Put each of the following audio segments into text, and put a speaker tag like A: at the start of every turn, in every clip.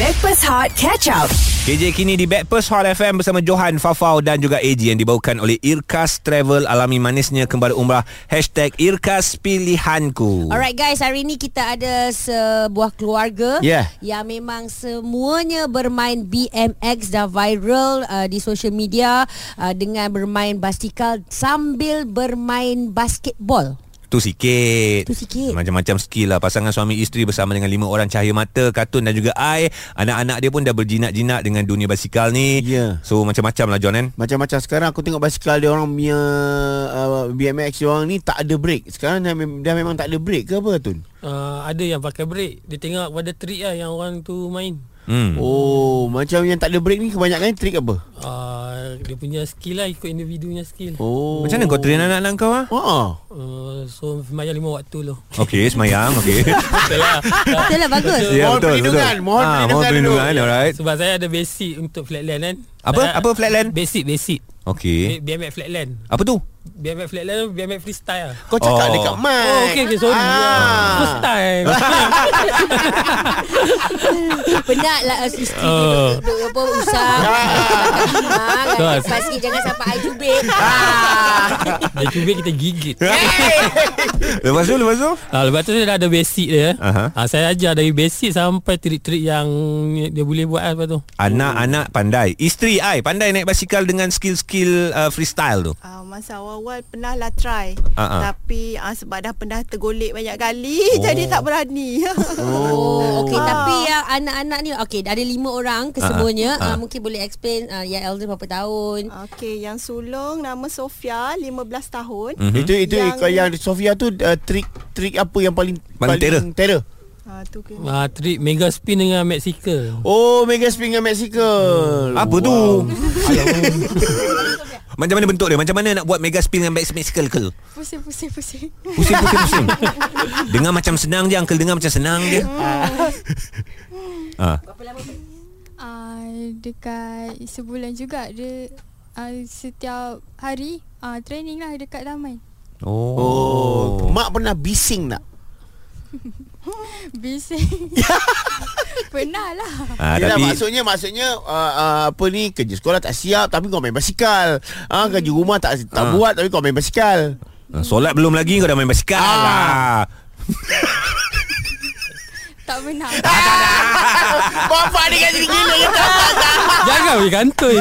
A: Breakfast Hot Catch Up.
B: KJ kini di Backpast Hot FM bersama Johan, Fafau dan juga AG yang dibawakan oleh Irkas Travel alami manisnya kembali umrah Hashtag Irkas Pilihanku.
C: Alright guys, hari ni kita ada sebuah keluarga
B: Yeah.
D: Ya.
C: yang memang semuanya bermain BMX dah viral uh, di social media uh, dengan bermain basikal sambil bermain basketball.
B: Tu sikit.
C: Tu sikit.
B: Macam-macam skill lah. Pasangan suami isteri bersama dengan lima orang cahaya mata, katun dan juga I. Anak-anak dia pun dah berjinak-jinak dengan dunia basikal ni.
D: Ya.
B: So macam-macam lah John kan?
D: Macam-macam sekarang aku tengok basikal dia orang punya uh, BMX dia orang ni tak ada break. Sekarang dah, mem- dah memang tak ada break ke apa Tun?
E: Uh, ada yang pakai break Dia tengok pada trick lah Yang orang tu main
B: Hmm.
D: Oh, macam yang tak ada break ni kebanyakan trik apa?
E: uh, Dia punya skill lah Ikut individunya skill
D: Oh.
B: Macam mana kau train anak-anak kau ah?
D: Ha. Ah.
E: uh, So semayang lima waktu loh
B: Okey, semayang. Okey. Ya,
E: Betul lah
C: Betul lah bagus.
D: Yeah. Mohon perlindungan,
B: Ah,
D: mohon perlindungan dulu. Eh.
B: Mohon perlindungan, alright.
E: Sebab saya ada basic Untuk flatland kan
B: Apa?
E: Saya-
B: Apa flatland?
E: Basic basic
B: Okey.
E: B- BMX flatland
B: Apa tu?
E: BMX flatland BMX freestyle lah
D: Kau
B: Oh.
D: cakap oh. dekat mic.
E: Oh okay, okay sorry
D: Ah.
E: First time
C: Penat lah uh, isteri
E: Oh.
C: oh. duduk apa usah. Ah,
E: Tu lah.
C: Basket jangan sampai air Ah. cubit.
E: Dia cuba kita gigit
B: Lepas tu, lepas tu?
E: Ah, lepas tu dia dah ada basic dia.
B: Aha.
E: Uh-huh. Ah, saya ajar dari basic sampai trik-trik yang dia boleh buat lah lepas tu.
B: Anak-anak pandai. Isteri I pandai naik basikal dengan skill-skill uh, freestyle tu.
F: Uh, masa awal-awal pernah lah try
B: Ah, ah.
F: Tapi uh, sebab dah pernah tergolek banyak kali
B: Oh.
F: oh. Jadi tak berani
C: Oh, okey
F: Ah.
C: tapi yang anak-anak ni okey ada lima orang kesemuanya uh, mungkin boleh explain uh, yang elder berapa tahun.
F: Okey, yang sulung nama Sofia 15 tahun
B: Mhm.
F: mm.
D: Itu itu yang,
F: Yang-
D: yang Sofia tu uh, trik trik apa yang paling
B: Paling terror.
D: terror?
F: uh, tu ke.
E: Ah, trik mega spin dengan Mexico.
D: Oh, Mega Spring dengan Mexical.
B: Apa tu? Macam mana bentuk dia? Macam mana nak buat mega spin dengan back spin ke?
F: Pusing, pusing, pusing
B: Pusing, pusing, pusing. dengar macam senang je, Uncle. Dengar macam senang je. ah.
G: Uh, dekat sebulan juga dia uh, setiap hari uh, training lah dekat taman.
B: Oh.
D: Oh, mak pernah bising tak?
G: Bising. Pernah lah.
B: Ah,
D: Yelah,
B: tapi
D: maksudnya maksudnya uh, uh, apa ni kerja sekolah tak siap tapi kau main basikal. Ah kerja rumah tak
B: Ah.
D: tak buat tapi kau main basikal.
B: ah, solat belum lagi kau dah main basikal. Ah.
D: Ah.
G: Tak pernah.
D: Bapak ni kan jadi gila ya.
E: Jangan pergi kantoi.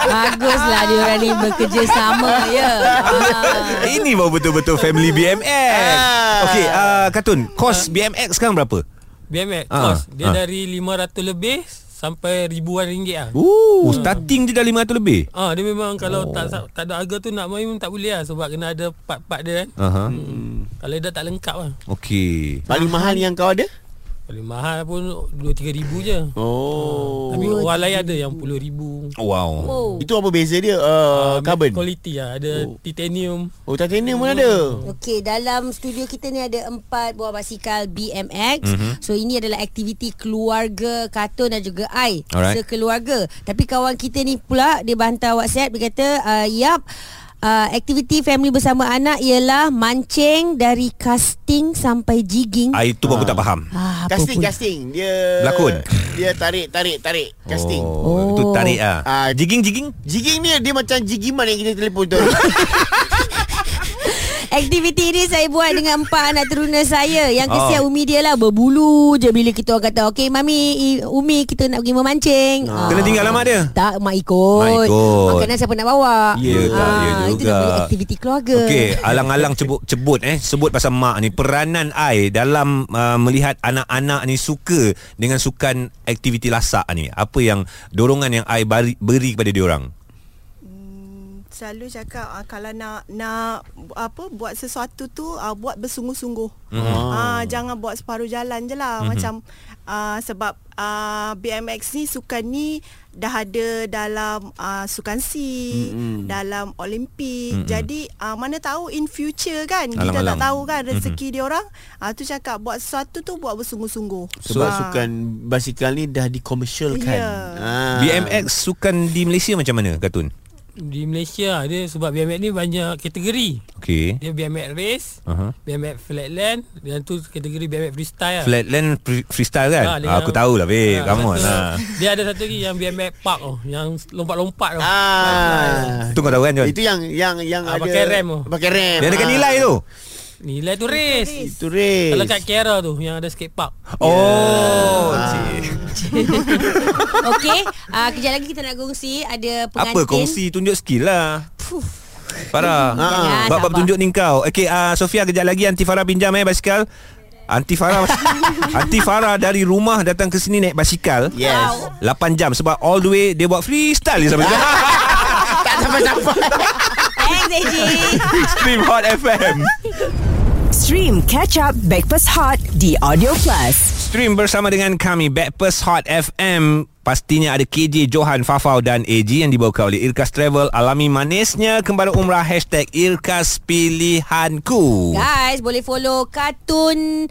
C: Baguslah dia orang ni bekerja sama ya. Ah.
B: Ini baru betul-betul family BMX.
D: Ah.
B: Okey, ah, Katun, kos BMX sekarang berapa?
E: BMX
B: Ah,
E: cost. Dia
B: ah.
E: dari 500 lebih sampai ribuan ringgit lah.
B: Ooh. Oh, starting je dah 500 lebih.
E: Ah, dia memang kalau oh. tak tak ada harga tu nak main pun tak boleh lah sebab kena ada part-part dia kan.
B: Aha.
E: Kalau dia tak lengkap lah.
B: Okey.
D: Paling mahal yang kau ada?
E: Paling mahal pun 2-3 ribu je.
D: Oh.
E: Tapi orang lain ada yang puluh ribu. Ah,
B: Wow.
C: Oh.
D: Itu apa beza dia?
B: Ah,
C: Ah,
D: Uh, carbon.
E: Quality lah. Ada oh. titanium.
D: Oh, titanium pun ada.
C: Okey, dalam studio kita ni ada empat buah basikal BMX. Mm-hmm. So ini adalah aktiviti keluarga Katun dan juga I
B: Alright.
C: sekeluarga. Tapi kawan kita ni pula dia bantah WhatsApp dia kata, uh, "Yap, uh, aktiviti family bersama anak ialah mancing dari casting sampai jigging."
B: Ah, itu pun aku tak faham.
C: ah, apa
D: Casting,
C: pun.
D: casting. Dia
B: Berlakon?
D: Dia tarik, tarik, tarik. Casting.
B: Oh, itu tarik ah.
D: Ah,
B: Jigging jigging.
D: Jigging ni dia macam jigiman yang kita telefon tu.
C: Aktiviti ini saya buat dengan empat anak teruna saya. Yang
B: Oh.
C: kesian Umi dia lah berbulu je bila kita orang kata, "Okey, mami, i- Umi kita nak pergi memancing." Ah.
B: Kena tinggal lah mak dia.
C: Tak, mak
B: Mak
C: ikut.
B: ikut.
C: Makanan siapa nak bawa? Ah,
B: Ya, tak, ya
C: Itu
B: juga.
C: namanya aktiviti keluarga.
B: Okey, alang-alang cebut, cebut eh sebut pasal mak ni peranan ai dalam uh, melihat anak-anak ni suka dengan sukan aktiviti lasak ni. Apa yang dorongan yang ai bari, beri kepada dia orang?
F: Hmm, Selalu cakap uh, kalau nak nak apa buat sesuatu tu uh, buat bersungguh-sungguh. Mm. Uh, jangan buat separuh jalan je lah mm-hmm. macam uh, sebab uh, BMX ni sukan ni dah ada dalam uh, sukan C, mm-hmm.
D: Hmm.
F: dalam Olimpik. Mm-hmm. Jadi uh, mana tahu in future kan kita
B: Alam-alam.
F: tak tahu kan rezeki mm-hmm. dia orang. Uh, tu cakap buat sesuatu tu buat bersungguh-sungguh.
D: Sebab
F: Ah.
D: sukan basikal ni dah dikomersialkan.
F: Ya.
D: Ah.
B: BMX sukan di Malaysia macam mana, Katun?
E: Di Malaysia lah dia sebab BMX ni banyak kategori.
B: Okey.
E: Dia BMX race,
B: Uh-huh.
E: BMX flatland dan tu kategori BMX freestyle. lah.
B: Flatland free- freestyle kan?
E: Ah,
B: Ah,
E: dengan-
B: aku tahulah babe.
E: Ah,
B: Come on
E: satu-
B: lah.
E: Dia ada satu lagi yang BMX park oh, yang lompat-lompat tu.
D: Ah.
B: Tu kau tahu kan John?
D: Itu yang yang yang
E: Ah,
D: ada
E: pakai rem tu.
D: Pakai rem.
B: Dia ada kan
D: Ah.
B: nilai tu.
E: Nilai tu race.
D: Itu race.
E: Kalau kat Kiara tu yang ada skate park.
D: Ya.
B: Oh.
D: Ah.
B: cik.
C: Okey, uh, kejap lagi kita nak kongsi ada
B: Apa
C: pengantin.
B: kongsi tunjuk skill lah.
C: Fuh.
D: Ah.
B: Farah.
C: Jangan,
B: Bab-bab
C: sabar.
B: tunjuk ni kau. Okey, uh, Sofia kejap lagi Anti Farah pinjam eh basikal. Anti Farah Anti Farah dari rumah datang ke sini naik basikal.
D: Yes.
B: 8 jam sebab all the way dia buat freestyle dia sampai sekarang.
D: Tak sampai-sampai.
C: Thanks, AJ.
B: Stream Hot FM.
A: Stream Catch Up Backpass Hot di Audio Plus.
B: Stream bersama dengan kami Backpast Hot FM Pastinya ada KJ, Johan, Fafau dan AG Yang dibawakan oleh Irkas Travel Alami manisnya Kembali umrah Hashtag Irkas Pilihanku
C: Guys boleh follow Kartun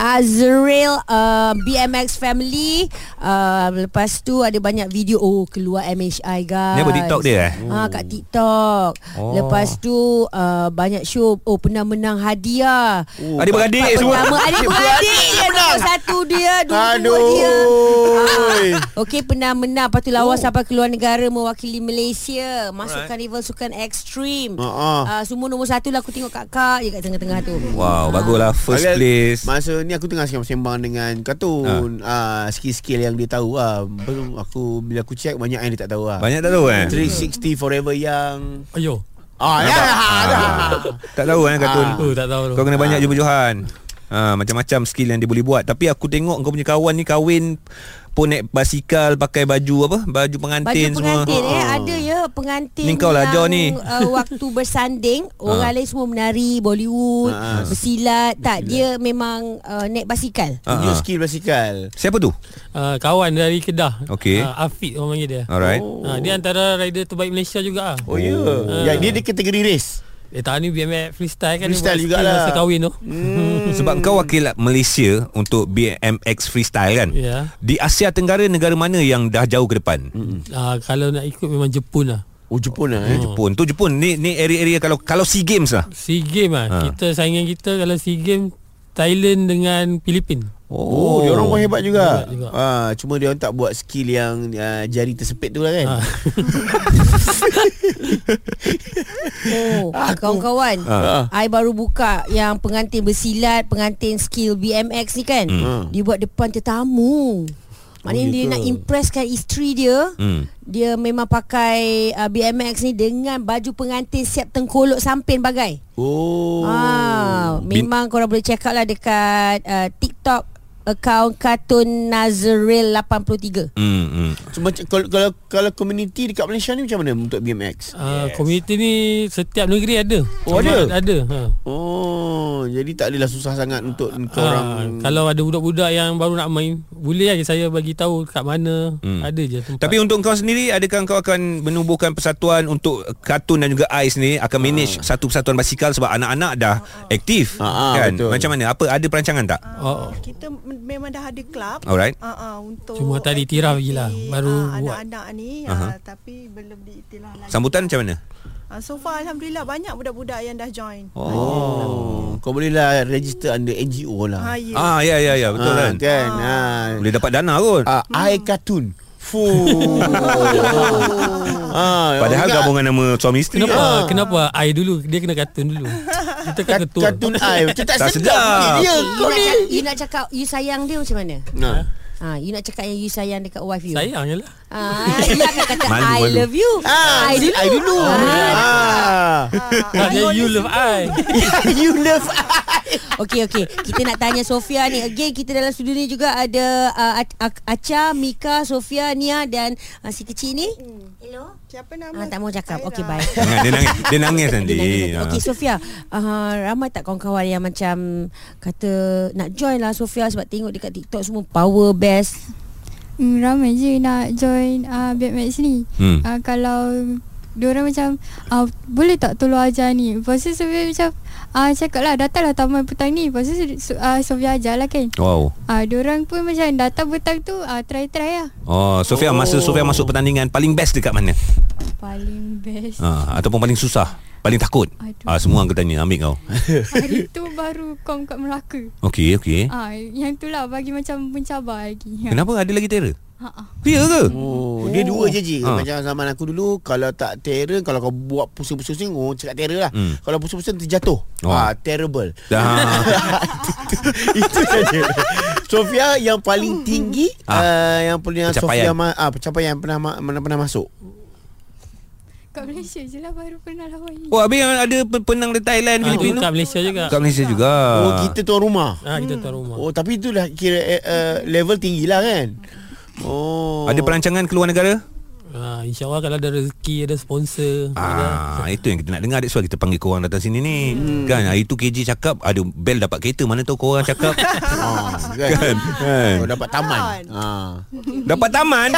C: Azrael uh, BMX Family uh, Lepas tu ada banyak video Oh keluar MHI
B: Ni
C: guys
B: apa, TikTok dia, eh?
C: ha, Kat TikTok
B: Oh.
C: oh. Lepas tu uh, Banyak show Oh pernah menang hadiah
B: Adik-beradik Eh, semua
C: Pertama adik-beradik dia Nombor satu dia Dua Aduh. dia
D: Aduh.
C: Okey pernah menang Lepas tu lawan oh. sampai keluar negara Mewakili Malaysia Masuk
B: Alright.
C: karnival sukan ekstrim
E: Ah.
D: Ha, ha.
C: uh, Semua nombor satu lah Aku tengok kakak je kat tengah-tengah tu
B: Wow, baguslah first
D: Agak-
B: place.
D: Masa ni aku tengah sembang dengan Katun
B: Ah.
D: ha. Skill-skill yang dia tahu ah. Belum aku Bila aku check Banyak yang dia tak tahu ah.
B: Banyak tak tahu kan?
D: 360 Forever Young
E: Ayo.
D: Ah, ya, ya, ya.
B: Tak tahu kan Katun.
E: Ah. Oh, tak tahu tu.
B: Kau kena banyak jumpa Johan. Ha, macam-macam skill yang dia boleh buat. Tapi aku tengok kau punya kawan ni kahwin pun naik basikal pakai baju apa? Baju
C: Baju
B: pengantin,
C: pengantin,
B: semua. Oh.
C: eh ada ya pengantin
B: Ni kau lah, Jo,
C: yang,
B: ni. Ah.
C: uh, waktu bersanding orang lain semua menari Bollywood
D: Ah.
C: bersilat tak dia memang uh, naik basikal.
B: Ah,
D: Tunjuk
B: ah.
D: skill basikal
B: Siapa tu?
E: Uh, kawan dari Kedah.
B: Okey.
E: Uh, Afiq orang panggil dia.
C: Oh.
B: Alright.
E: Uh, dia antara rider terbaik Malaysia juga ah.
D: Oh ya yeah. Dia dia kategori race
E: Eh tahun ni BMX freestyle kan dia
D: Freestyle
E: buat
D: jugalah.
E: skill Masa kahwin tu
B: Hmm. Sebab kau wakil Malaysia untuk BMX freestyle kan?
E: Ya yeah.
B: Di Asia Tenggara negara mana yang dah jauh ke depan?
D: Hmm.
E: uh, Kalau nak ikut memang Jepun lah
D: Oh Jepun lah eh
B: Jepun. Tu Jepun ni ni area-area kalau kalau SEA Games lah.
E: SEA Games lah
B: Ha.
E: Kita saingan kita kalau SEA Games Thailand dengan Filipin
D: Oh, oh dia orang pun hebat juga.
E: Hebat juga.
D: Ah, cuma dia orang tak buat skill yang ah, jari tersepit tu lah kan.
E: Ah.
C: Oh, kawan-kawan.
B: Ah.
C: I baru buka yang pengantin bersilat, pengantin skill BMX ni kan.
D: Hmm.
C: Dia buat depan tetamu. Maknanya
D: Oh, ya
C: dia
D: ke?
C: nak impresskan isteri dia.
B: Hmm.
C: Dia memang pakai uh, BMX ni dengan baju pengantin siap tengkolok samping bagai.
D: Oh.
C: Ah,
B: Bin-
C: memang korang boleh check out lah dekat uh, TikTok akaun Kartun Nazril 83.
B: Hmm. hmm.
D: So, macam, kalau, kalau kalau community dekat Malaysia ni macam mana untuk BMX?
E: uh, Community ni setiap negeri ada
D: Oh,
E: Cuma
D: ada?
E: Ada ha.
D: Oh, jadi tak adalah susah sangat untuk korang.
E: Ah, kalau ada budak-budak yang baru nak main Boleh lah saya bagi tahu kat mana
B: Hmm.
E: Ada je tempat
B: Tapi untuk kau sendiri adakah kau akan menubuhkan persatuan untuk kartun dan juga ais ni akan manage satu persatuan basikal sebab anak-anak dah aktif
D: Ah, ah,
B: kan
D: betul.
B: macam mana apa ada perancangan tak
E: Oh.
F: Uh, kita m- memang dah ada club.
B: Alright.
F: Uh, uh, untuk
E: Cuma tadi iktiraf je lah,
F: aktiviti,
E: baru
F: ah,
E: buat.
F: anak-anak ni
B: Aha.
F: uh, tapi belum diiktiraf lagi.
B: sambutan macam mana
F: Uh, so far alhamdulillah banyak budak-budak yang dah join.
D: Oh, kau bolehlah register under NGO
F: Ha
D: lah.
F: ya.
B: ah ya ya ya betul
D: Ah,
B: kan
D: kan? Ha.
B: boleh dapat dana kot
D: Ah, I cartoon. Fu. ah,
B: padahal gabungan nama suami isteri
E: Kenapa?
B: lah.
E: Kenapa? I dulu Dia kena kartun dulu Kita kan
D: Kat,
E: ketua
D: cartoon I Macam tak,
B: Tak
D: sedap
B: sedap.
D: mulut
C: Okay,
D: dia
C: Eh, you,
D: Ya, Kau
C: nak
D: ni
C: cakap, you nak cakap you sayang dia macam mana?
D: Nah.
C: Ha, you nak cakap yang you sayang dekat wife you.
E: Sayang je lah
C: Ah, you akan kata
B: Malu,
C: I
B: malu.
C: love you.
D: Ah,
C: I dulu.
D: I dulu. Ah.
E: Tak je you love I Ah,
D: you love
C: Okey okey. Kita nak tanya Sofia ni. Again kita dalam studio ni juga ada uh, A- Acha, Mika, Sofia, Nia dan uh, si kecil ni.
F: Hmm. Siapa nama?
C: Ah, tak mau cakap.
F: Zaira.
C: Okey bye.
B: Jangan, dia nangis dia nangis nanti Ah.
C: Okey Sofia, uh, ramai tak kawan-kawan yang macam kata nak join lah Sofia sebab tengok dekat TikTok semua power best.
G: Hmm, ramai je nak join uh, BMX ni.
B: hmm.
G: Uh, kalau diorang macam uh, boleh tak tolong ajar ni. Lepas tu Sofia macam uh, cakap lah datanglah taman petang ni. Lepas tu so- uh, Sofia ajar lah kan.
B: wow
G: Uh, diorang pun macam datang petang tu uh, try-try lah.
B: Oh, Sofia masa Sofia masuk pertandingan paling best dekat mana?
G: Paling best uh.
B: ha, Ataupun paling susah Paling takut
G: Aduh.
B: ha, Semua angkatan ni ambil kau
G: Hari tu baru kom kat Melaka
B: Okey okey
G: Ah, yang tu lah bagi macam mencabar lagi.
B: Kenapa ada lagi terror?
G: Ha.
B: Ya ke?
D: Oh, dia dua je je
B: Ha.
D: ha. Macam zaman aku dulu Kalau tak terror Kalau kau buat pusing-pusing Oh cakap terror lah
B: Hmm.
D: hmm. Kalau pusing-pusing terjatuh
B: Oh.
D: oh. ha, Terrible
B: Dah.
D: Itu saja Sofia yang paling tinggi
B: Ah.
D: uh, Yang pernah
B: Pencapaian.
D: Sofia ma- ah, Pencapaian yang pernah, ma- mana pernah masuk
G: Kat Malaysia je lah baru pernah lawan ni.
B: Oh, habis yang ada pe- penang dari Thailand,
E: Ah, tu
B: Filipina.
E: kat Malaysia juga.
B: Kat Malaysia juga.
D: uh. Oh kita tuan rumah
E: Ah, kita tuan rumah.
D: Oh tapi itulah kira eh, uh, level tinggi lah kan Oh
B: Ada perancangan keluar negara?
E: Ah, InsyaAllah kalau ada rezeki, ada sponsor. Ada.
B: Ah, itu yang kita nak dengar That's why kita panggil korang datang sini ni hmm. Kan hari tu KJ cakap Aduh Bel dapat kereta Mana tahu korang cakap
D: ah, kan?
B: Kan kan?
D: Oh, dapat taman ah.
B: Dapat taman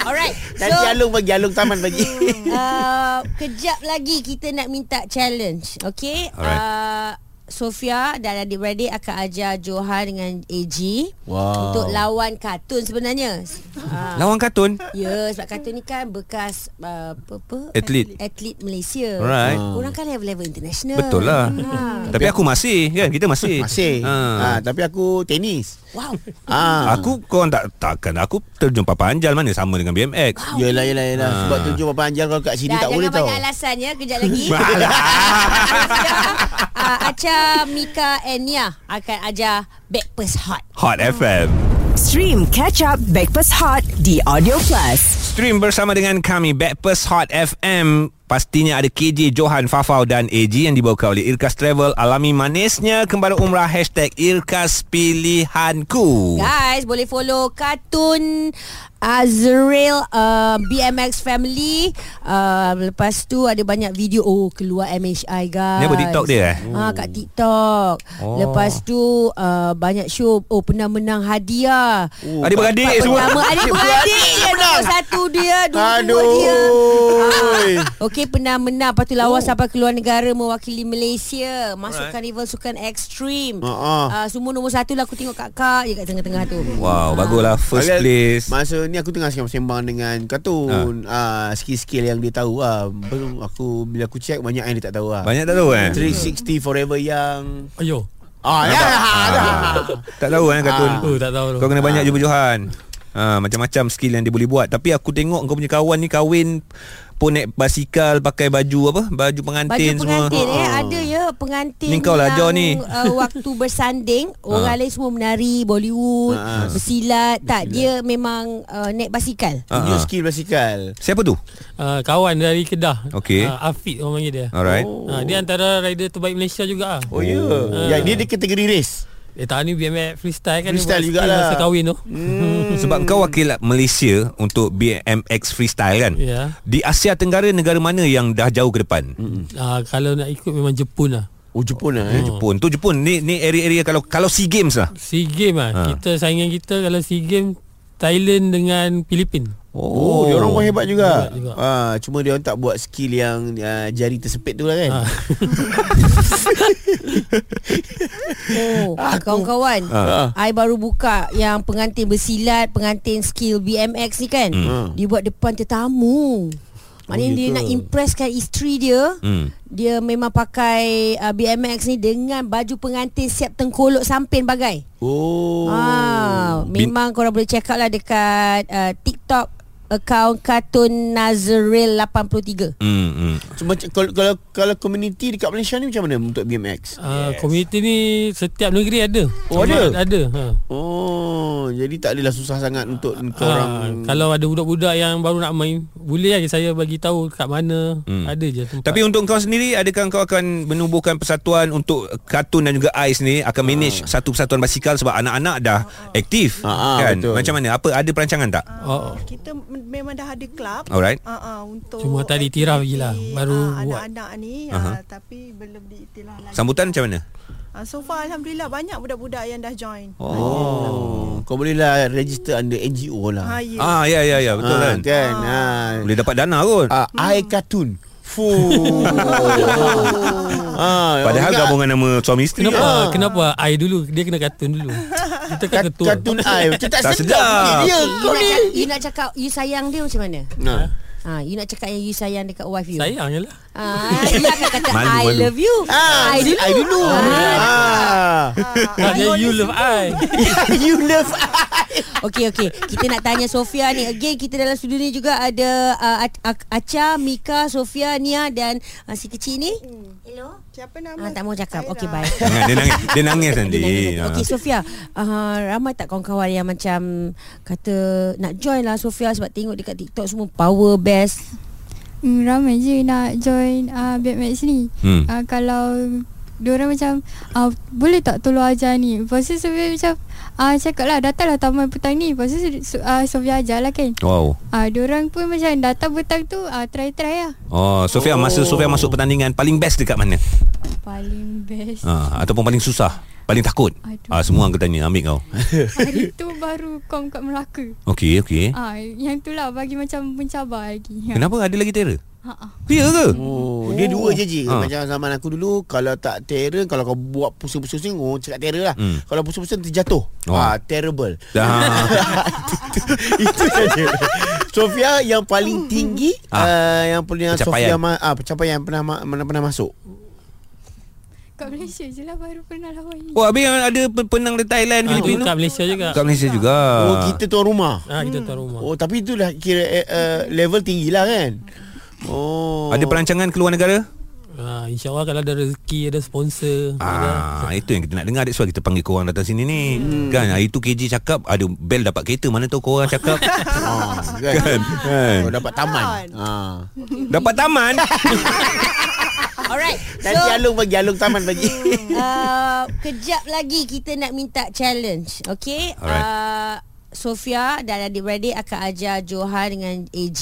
C: Alright
D: Nanti
C: So
D: Alung bagi Alung taman bagi
C: uh, Kejap lagi kita nak minta challenge Okay
B: Alright.
C: uh, Sofia dan adik-beradik akan ajar Johan dengan AG
B: Ah.
D: Wow.
C: Untuk lawan kartun sebenarnya uh,
B: Lawan kartun
C: Ya sebab kartun ni kan bekas uh, apa, apa?
B: Atlet.
C: Atlet Malaysia
B: Alright.
C: Korang kan level-level international
B: Betul lah
C: Ah.
B: Tapi aku masih kan Kita masih
D: Masih ah.
B: ha.
D: Tapi aku tenis
C: Wow
D: ah.
B: Aku korang tak takkan Aku terjun Papa Anjal mana Sama dengan BMX
D: Yelah yelah yelah
B: Ah.
D: Sebab tu jumpa panjang Kalau kat sini
C: Dah,
D: tak
C: jangan
D: boleh
C: banyak
D: tau
C: alasan ya Kejap lagi uh, Acha, Mika and Nia Akan ajar Backpast Hot
B: Hot FM
A: Stream Catch Up Backpass Hot di Audio Plus.
B: Stream bersama dengan kami Backpast Hot FM Pastinya ada KJ, Johan, Fafau dan AG Yang dibawa oleh Irkas Travel Alami manisnya Kembali umrah Hashtag Irkas Pilihanku
C: Guys boleh follow Kartun Azrael uh, BMX Family uh, Lepas tu ada banyak video Oh keluar MHI guys
B: Ni apa, TikTok dia, eh?
C: ha, Kat TikTok
B: Oh.
C: oh. Lepas tu uh, Banyak show Oh pernah menang hadiah
D: Oh,
B: Adik-beradik semua
C: Pertama adik-beradik dia Nombor satu dia Dua, dua dia
D: Aduh
C: Okey pernah menang Lepas tu lawan oh. sampai keluar negara Mewakili Malaysia Masukkan rival sukan ekstrim
B: Ah,
D: Ha, ha.
C: uh, Semua nombor satu lah Aku tengok kakak je kat tengah-tengah tu
B: Wow, baguslah first
D: Agak-
B: place.
D: Masa ni aku tengah sembang dengan Katun
B: Ah.
D: ha. Skill-skill yang dia tahu lah Belum aku Bila aku check Banyak yang dia tak tahu lah
B: Banyak tak tahu eh?
D: 360 Forever Young
E: Ayo.
D: Ah, ya, ah, dah.
B: Tak tahu eh Katun.
E: Oh, tak tahu.
B: Kau kena
C: Ah.
B: banyak jumpa Johan. Ha, macam-macam skill yang dia boleh buat. Tapi aku tengok kau punya kawan ni kahwin pun naik basikal pakai baju apa? Baju
C: Baju
B: pengantin semua. Ah.
C: pengantin eh Ada ya pengantin
B: Ni kau lah,
C: yang,
B: Jo, ni.
C: uh, Waktu bersanding
B: Ah.
C: Orang lain semua menari Bollywood
D: Ha.
C: Bersilat Tak dia memang uh, Naik basikal
B: Ah, ah.
D: New skill basikal
B: Siapa tu?
E: Ah, kawan dari Kedah.
B: Okey.
E: Ah, Afiq orang panggil dia.
B: Alright.
C: Oh.
E: Ah, dia antara rider terbaik Malaysia juga ah.
D: Oh ya yeah. Yang dia dia kategori race
E: Eh tak ni BMX freestyle kan dia
D: Freestyle
E: buat
D: jugalah.
E: skill Masa kahwin tu
B: Hmm. Sebab kau wakil Malaysia untuk BMX freestyle kan?
E: Ya.
B: Di Asia Tenggara negara mana yang dah jauh ke depan? Hmm.
E: ah, Kalau nak ikut memang Jepun lah
D: Oh Jepun lah eh
B: Jepun tu Jepun ni ni area-area kalau kalau SEA Games lah.
E: SEA Games lah
B: Ha.
E: Kita saingan kita kalau SEA Games Thailand dengan Filipin
D: Oh, oh dia orang pun hebat juga.
E: Hebat juga.
D: Ah, cuma dia orang tak buat skill yang ah, jari tersepit tu lah kan.
E: Ah.
C: Oh, kawan-kawan.
B: Ah.
C: I baru buka yang pengantin bersilat, pengantin skill BMX ni kan.
B: Hmm.
C: Dia buat depan tetamu. Maknanya
D: Ha. Oh,
C: dia
D: gitu.
C: nak impresskan isteri dia.
B: Hmm.
C: Dia memang pakai uh, BMX ni dengan baju pengantin siap tengkolok samping bagai.
D: Oh.
C: Oh. Ah,
B: Bin-
C: memang korang boleh check out lah dekat uh, TikTok akaun Kartun Nazril 83.
B: Hmm. hmm.
D: So, macam, kalau, kalau kalau community dekat Malaysia ni macam mana untuk BMX?
E: Ah, Komuniti ni setiap negeri ada
D: Oh, ada?
E: Ada ha.
D: Oh, jadi tak adalah susah sangat untuk korang.
E: Ah, Kalau ada budak-budak yang baru nak main Boleh lah saya bagi tahu kat mana
B: Hmm.
E: Ada je tempat
B: Tapi untuk kau sendiri Adakah kau akan menubuhkan persatuan Untuk Katun dan juga Ais ni Akan manage satu persatuan basikal Sebab anak-anak dah aktif
D: Ah, ah,
B: kan?
D: betul.
B: Macam mana? Apa Ada perancangan tak?
E: Oh, oh.
F: Kita m- memang dah ada club.
B: Alright.
F: Uh, uh, untuk
E: Cuma tadi iktiraf je lah,
F: aktiviti,
E: baru
F: ah,
E: buat.
F: anak-anak ni
B: Aha.
F: uh, tapi belum diiktiraf lagi.
B: Sambutan macam mana?
F: Uh, so far alhamdulillah banyak budak-budak yang dah join.
D: Oh, kau bolehlah register under NGO lah.
F: Ha ya. Yeah.
B: Ah, ya, ya, ya Betul
D: Ah,
B: kan?
D: kan? Ha.
B: Boleh dapat dana kot
D: Ah, I cartoon. Fu. ah,
B: Padahal
D: ingat
B: gabungan nama suami isteri
E: Kenapa?
B: lah.
E: Kenapa? I dulu Dia kena kartun dulu Kita kan
D: kat-
E: ketua
D: Cartoon I Macam tak
B: Tak
D: sedap
B: sedap.
C: Eh,
D: bunyi dia Ah.
C: You, nak, cak- you nak cakap you sayang dia macam mana?
D: Nah.
C: Ha, you nak cakap yang you sayang dekat wife you.
E: Sayang je lah
C: Ha, you akan kata
B: Malu,
C: I
B: malu.
C: love you.
D: Ah,
C: I dulu.
D: I dulu. Ah.
E: Sebab dia you love I
D: you love
C: Okey okey. Kita nak tanya Sofia ni. Again kita dalam studio ni juga ada uh, A- A- Acha, Mika, Sofia, Nia dan uh, si kecil ni.
F: Hmm. Siapa
C: Ah,
F: nama?
C: tak mau cakap.
F: Aira.
C: Okey bye.
B: Jangan, dia nangis dia nangis nanti.
C: Okey
B: Ha.
C: okay, Sofia uh, Ramai tak kawan-kawan yang macam Kata Nak join lah Sofia Sebab tengok dekat TikTok semua Power best
G: Hmm, ramai je nak join uh, BMX ni.
B: Hmm.
G: Hmm. Uh, kalau diorang macam uh, boleh tak tolong ajar ni. Lepas tu Sofia macam uh, cakap lah datanglah taman petang ni. Lepas tu so- uh, Sofia ajar lah kan.
B: Wow.
G: Uh, diorang pun macam datang petang tu uh, try-try lah.
B: Oh, Sofia oh. masa Sofia masuk pertandingan paling best dekat mana?
G: Paling best. Uh.
B: Ha, ataupun paling susah, paling takut.
G: Aduh.
B: Ah ha, semua angkat tanya ambil kau.
G: Hari tu baru kom kat Melaka.
B: Okey, okey.
G: Ah, ya. yang tu lah bagi macam mencabar lagi.
B: Kenapa ada lagi terror?
G: Ha ah.
B: Ya ke?
D: Oh, dia dua je je.
B: Ha.
D: Ha. Macam zaman aku dulu kalau tak terror kalau kau buat pusing-pusing orang cakap terror lah.
B: Hmm.
D: Hmm. Kalau pusing-pusing terjatuh.
B: Oh.
D: Oh. Ah, terrible.
B: Dah.
D: Itu saja. Sofia yang paling tinggi
B: Ah.
D: ah. uh, yang pernah
B: Pencapaian.
D: Sofia ma- ah, pencapaian yang pernah, ma- pernah pernah masuk.
G: Kat Malaysia je lah baru pernah lawan ni.
B: Oh, habis yang ada pe- penang di Thailand
E: Ah, Itu
B: Filipina.
E: kat Malaysia juga
B: Kat Malaysia juga.
D: Oh, kita tuan rumah.
E: Ah, Kita tuan rumah
D: Oh, tapi itu dah kira eh, uh, level tinggi lah kan. Oh.
B: Ada perancangan keluar negara?
E: Ah, InsyaAllah kalau ada rezeki Ada sponsor ada.
B: Ah, itu yang kita nak dengar That's why kita panggil korang datang sini ni hmm. Kan hari tu KJ cakap Ada bel dapat kereta Mana tahu korang cakap
D: Ah,
B: Kan
D: kan.
B: Eh.
D: Kau dapat taman.
F: Kan.
D: Ah.
B: Dapat taman
C: Alright
D: Nanti Alung bagi Alung taman bagi.
C: uh, Kejap lagi kita nak minta challenge Okay
B: Alright.
C: uh, Sofia dan adik-beradik akan ajar Johan dengan AG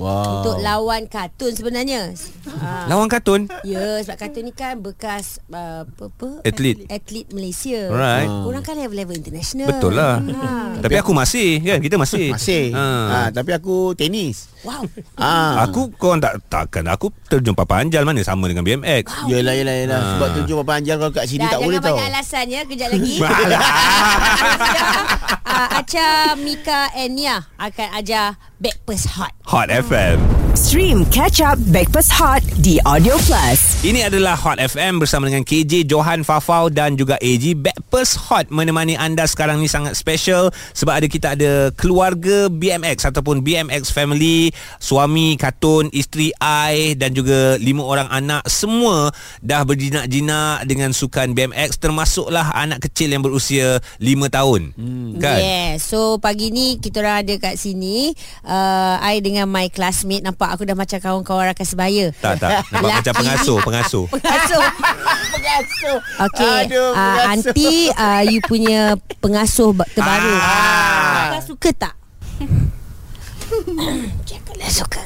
D: Wow.
C: Untuk lawan kartun sebenarnya uh,
B: Lawan kartun
C: Ya sebab kartun ni kan bekas uh, apa, apa?
B: Atlet.
C: Atlet Malaysia
B: Alright.
C: Korang kan level-level international
B: Betul lah
C: ha.
B: Tapi aku masih kan Kita masih
D: Masih.
B: ha.
D: Ah. tapi aku tenis.
C: Wow
D: Ah.
B: Aku korang tak takkan Aku terjun papan anjal Mana sama dengan BMX
D: Yelah yelah yelah ha. Sebab tujuh Papa Anjang Kalau kat sini
C: Dah
D: tak boleh
C: jangan
D: tau
C: banyak alasan ya Kejap lagi uh, Acha, Mika and Nia Akan ajar Backpast Hot
B: Hot FM
A: Stream Catch Up Backpass Hot di Audio Plus.
B: Ini adalah Hot FM bersama dengan KJ, Johan, Fafau dan juga AG. Backpast Hot menemani anda sekarang ni sangat special sebab ada kita ada keluarga BMX ataupun BMX family, suami, Katun, isteri I dan juga lima orang anak semua dah berjinak-jinak dengan sukan BMX termasuklah anak kecil yang berusia lima tahun. Hmm. Kan?
C: Yeah So pagi ni Kita orang ada kat sini uh, I dengan my classmate Nampak aku dah macam Kawan-kawan rakan sebaya
B: Tak tak Nampak macam pengasuh Pengasuh
C: Pengasuh
D: Pengasuh
C: Okay
D: Aduh
C: uh,
D: pengasuh.
C: Aunty uh, You punya Pengasuh ba- terbaru
D: Ah.
C: Kau suka tak? Janganlah suka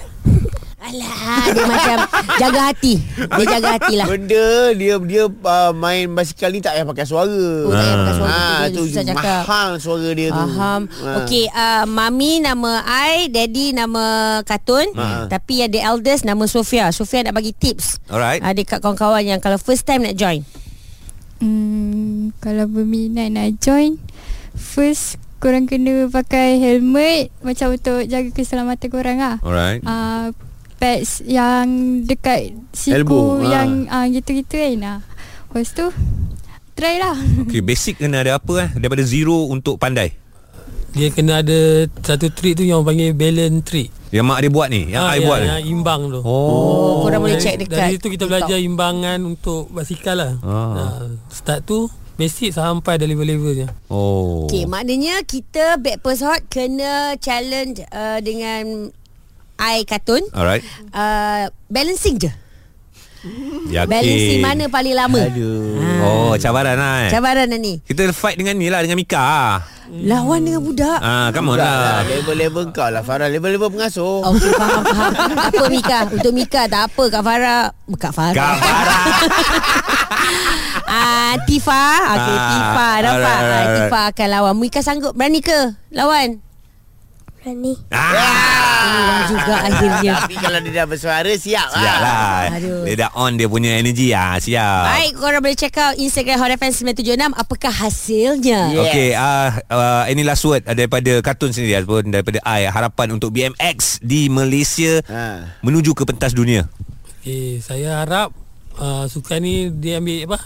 C: Alah Dia macam Jaga hati Dia jaga hati lah
D: Benda Dia dia uh, main basikal ni Tak payah pakai suara
C: Oh, tak payah pakai suara.
D: Ah,
C: Betul, dia susah cakap.
D: Mahal suara dia tu
C: Faham
D: Ah.
C: Okay uh, Mami nama I Daddy nama Katun
D: Ah.
C: Tapi yang the eldest Nama Sofia Sofia nak bagi tips
D: Eh.
B: Alright
C: uh, Dekat kawan-kawan yang Kalau first time nak join
G: Hmm, kalau berminat nak join First korang kena pakai helmet Macam untuk jaga keselamatan korang lah
B: Alright
G: uh, Pads yang dekat siku
D: Elbow, ah.
G: Yang uh, gitu-gitu kan uh. Lepas tu Try lah
B: Okay basic kena ada apa eh Daripada zero untuk pandai
E: Dia kena ada Satu trick tu yang panggil balance trick
B: Yang mak dia buat ni Yang
E: Ah,
B: I buat ni
E: Yang imbang tu
B: Oh.
C: Oh, Korang boleh
E: Dari-
C: check dekat
E: Dari situ kita
C: TikTok.
E: belajar imbangan Untuk basikal lah
C: Oh.
B: Ah.
E: Ah, Start tu Basic sampai dah level-level je
B: Oh.
C: Okay maknanya Kita Backpast Hot Kena challenge uh, Dengan I Katun
B: Alright.
C: uh, Balancing je
B: Yakin.
C: Balancing mana Ah. paling lama
D: Aduh
B: Oh, cabaran lah. eh.
C: Cabaran lah ni
B: Kita fight dengan ni lah dengan Mika. Ah,
C: Lawan dengan budak
B: ah come on lah.
D: Ah, Level-level kau lah Farah Level-level pengasuh
C: Oh, Okey faham faham Apa Mika Untuk Mika tak apa Kak Farah Kak Farah
B: Cabaran.
C: Ah, Tifa Okay
B: Ah,
C: Tifa Nampak
B: alright,
C: right,
B: alright,
C: Tifa akan lawan Mika sanggup Berani ke Lawan
H: berani.
C: Ah, juga akhirnya.
D: Tapi kalau dia dah bersuara siap,
B: Siap lah
C: Aduh.
B: Dia dah on dia punya energy lah Siap
C: Baik, korang boleh check out Instagram Hot FM 976 apakah hasilnya.
D: Yes.
B: Okey, uh, uh, ini last word uh, daripada kartun sendiri ataupun daripada I harapan untuk BMX di Malaysia
D: Ha.
B: menuju ke pentas dunia.
E: Eh, saya harap uh, sukan ni dia ambil apa?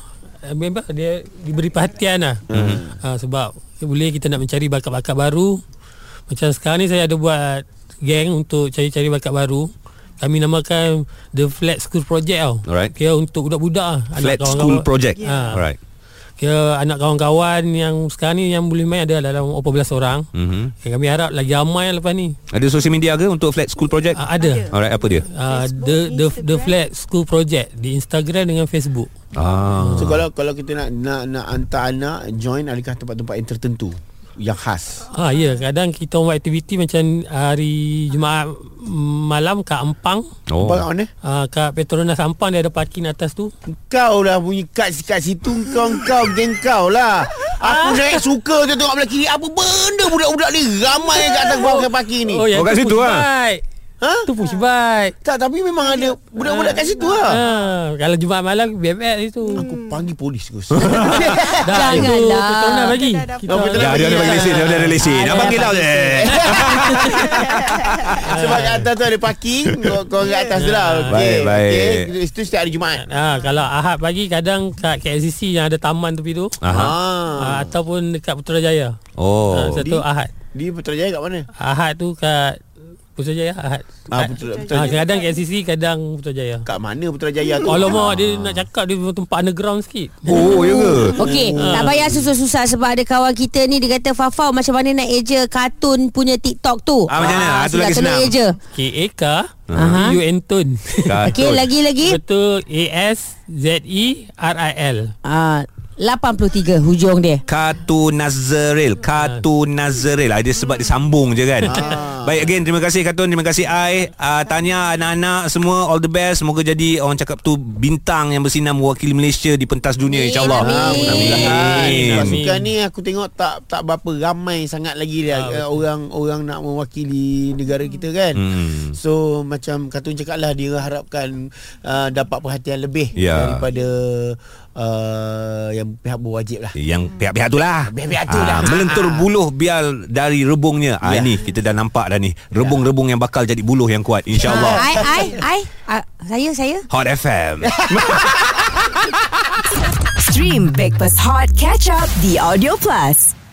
E: Ambil apa? Dia diberi perhatian lah. Hmm.
B: Mhm.
E: Uh, sebab eh, boleh kita nak mencari bakat-bakat baru. Macam sekarang ni saya ada buat geng untuk cari-cari bakat baru. Kami namakan The Flat School Project tau.
B: Alright.
E: Kira untuk budak-budak lah.
B: Flat School Project.
E: Yeah.
B: Yeah. Alright.
E: Kira anak kawan-kawan yang sekarang ni yang boleh main ada dalam 18 orang.
B: Mm-hmm.
E: Yang Kami harap lagi ramai lepas ni.
B: Ada social media ke untuk Flat School Project?
E: Uh, ada.
B: Alright, apa dia?
E: Uh, the the the flat school project di Instagram dengan Facebook.
B: Ah.
D: So kalau kalau kita nak nak nak hantar anak join adakah tempat-tempat yang tertentu yang khas?
E: Ha ya, kadang kita buat aktiviti macam hari Jumaat malam kat Ampang,
B: Oh.
D: Kau ni?
E: uh, kat Petronas Ampang dia ada parking atas tu.
D: Kau lah bunyi kat kat situ kau kau geng kau lah. Aku naik suka tu tengok belah kiri apa benda budak-budak ni ramai kat atas bawah kereta parking ni.
B: Oh, kat
E: tu
B: situ
E: push
B: lah.
E: bike.
D: Ha?
E: Tu push bike.
D: Tak tapi memang ada budak-budak kat situ lah.
E: Ha, kalau Jumaat malam BMX itu.
D: Aku panggil polis Gus.
E: Dah itu
C: Janganlah.
E: Petronas bagi.
F: Dah dapat.
E: Kita
D: Oh, Petronas
B: Dah dia ada bagi lesen, dia ada lesen.
C: Ada
B: Abang kita
C: bagi
B: eh.
D: Sebab kat atas tu ada parking Kau, kau kat atas tu lah
B: Ah. Baik,
D: Okey,
B: baik.
D: okey. Itu setiap hari Jumaat
E: Ha, kalau Ahad pagi kadang kat KLCC yang ada taman tepi tu.
B: Aha.
E: Ha,
D: Ah,
E: ataupun dekat Putrajaya.
B: Oh.
E: Ha, satu
D: Di-
E: Ahad.
D: Di Putrajaya kat mana?
E: Ahad tu kat Putrajaya Ahad.
D: Ah,
E: Kat-
D: Putra-
E: Ah,
D: Putrajaya
E: kadang kat SCC kadang Putrajaya.
D: Kat mana Putrajaya tu?
E: Kalau mak dia nak cakap dia tempat underground sikit.
B: Oh, ya ke?
C: Okey, tak payah susah-susah sebab ada kawan kita ni dia kata Fafau macam mana nak eja kartun punya TikTok tu.
B: Ah, macam mana? Ah, tu
C: sudah
B: lagi
C: tolong
B: senang.
C: Eja.
E: K A K
C: Aha.
E: U N Tun.
B: Ah,
C: Okey, lagi-lagi.
E: Betul A S Z E R I L.
C: Ah, 83 hujung dia.
B: Kartu Nazril Kartu Nazril Ah, Dia sebab dia sambung je kan Baik again Terima kasih Kartun Terima kasih I uh, Tanya anak-anak semua All the best Semoga jadi orang cakap tu Bintang yang bersinar Mewakili Malaysia Di pentas dunia
C: Amin,
B: InsyaAllah
C: amin.
D: Mudah-mudahan.
B: Amin.
D: Sukan ni aku tengok tak tak berapa ramai sangat lagi lah eh, orang orang nak mewakili negara kita kan.
B: Hmm.
D: So macam Katun cakap lah dia harapkan uh, dapat perhatian lebih
B: Ya.
D: daripada uh, yang pihak berwajib lah.
B: yang pihak-pihak tu lah
D: Pihak-pihak tu lah.
B: Melentur buluh biar dari rebungnya ah, Ini kita dah nampak dah ni Rebung-rebung yang bakal jadi buluh yang kuat InsyaAllah
C: Ai ai ai. Ah, saya saya.
B: Hot FM
A: Stream Breakfast Hot Catch Up The Audio Plus.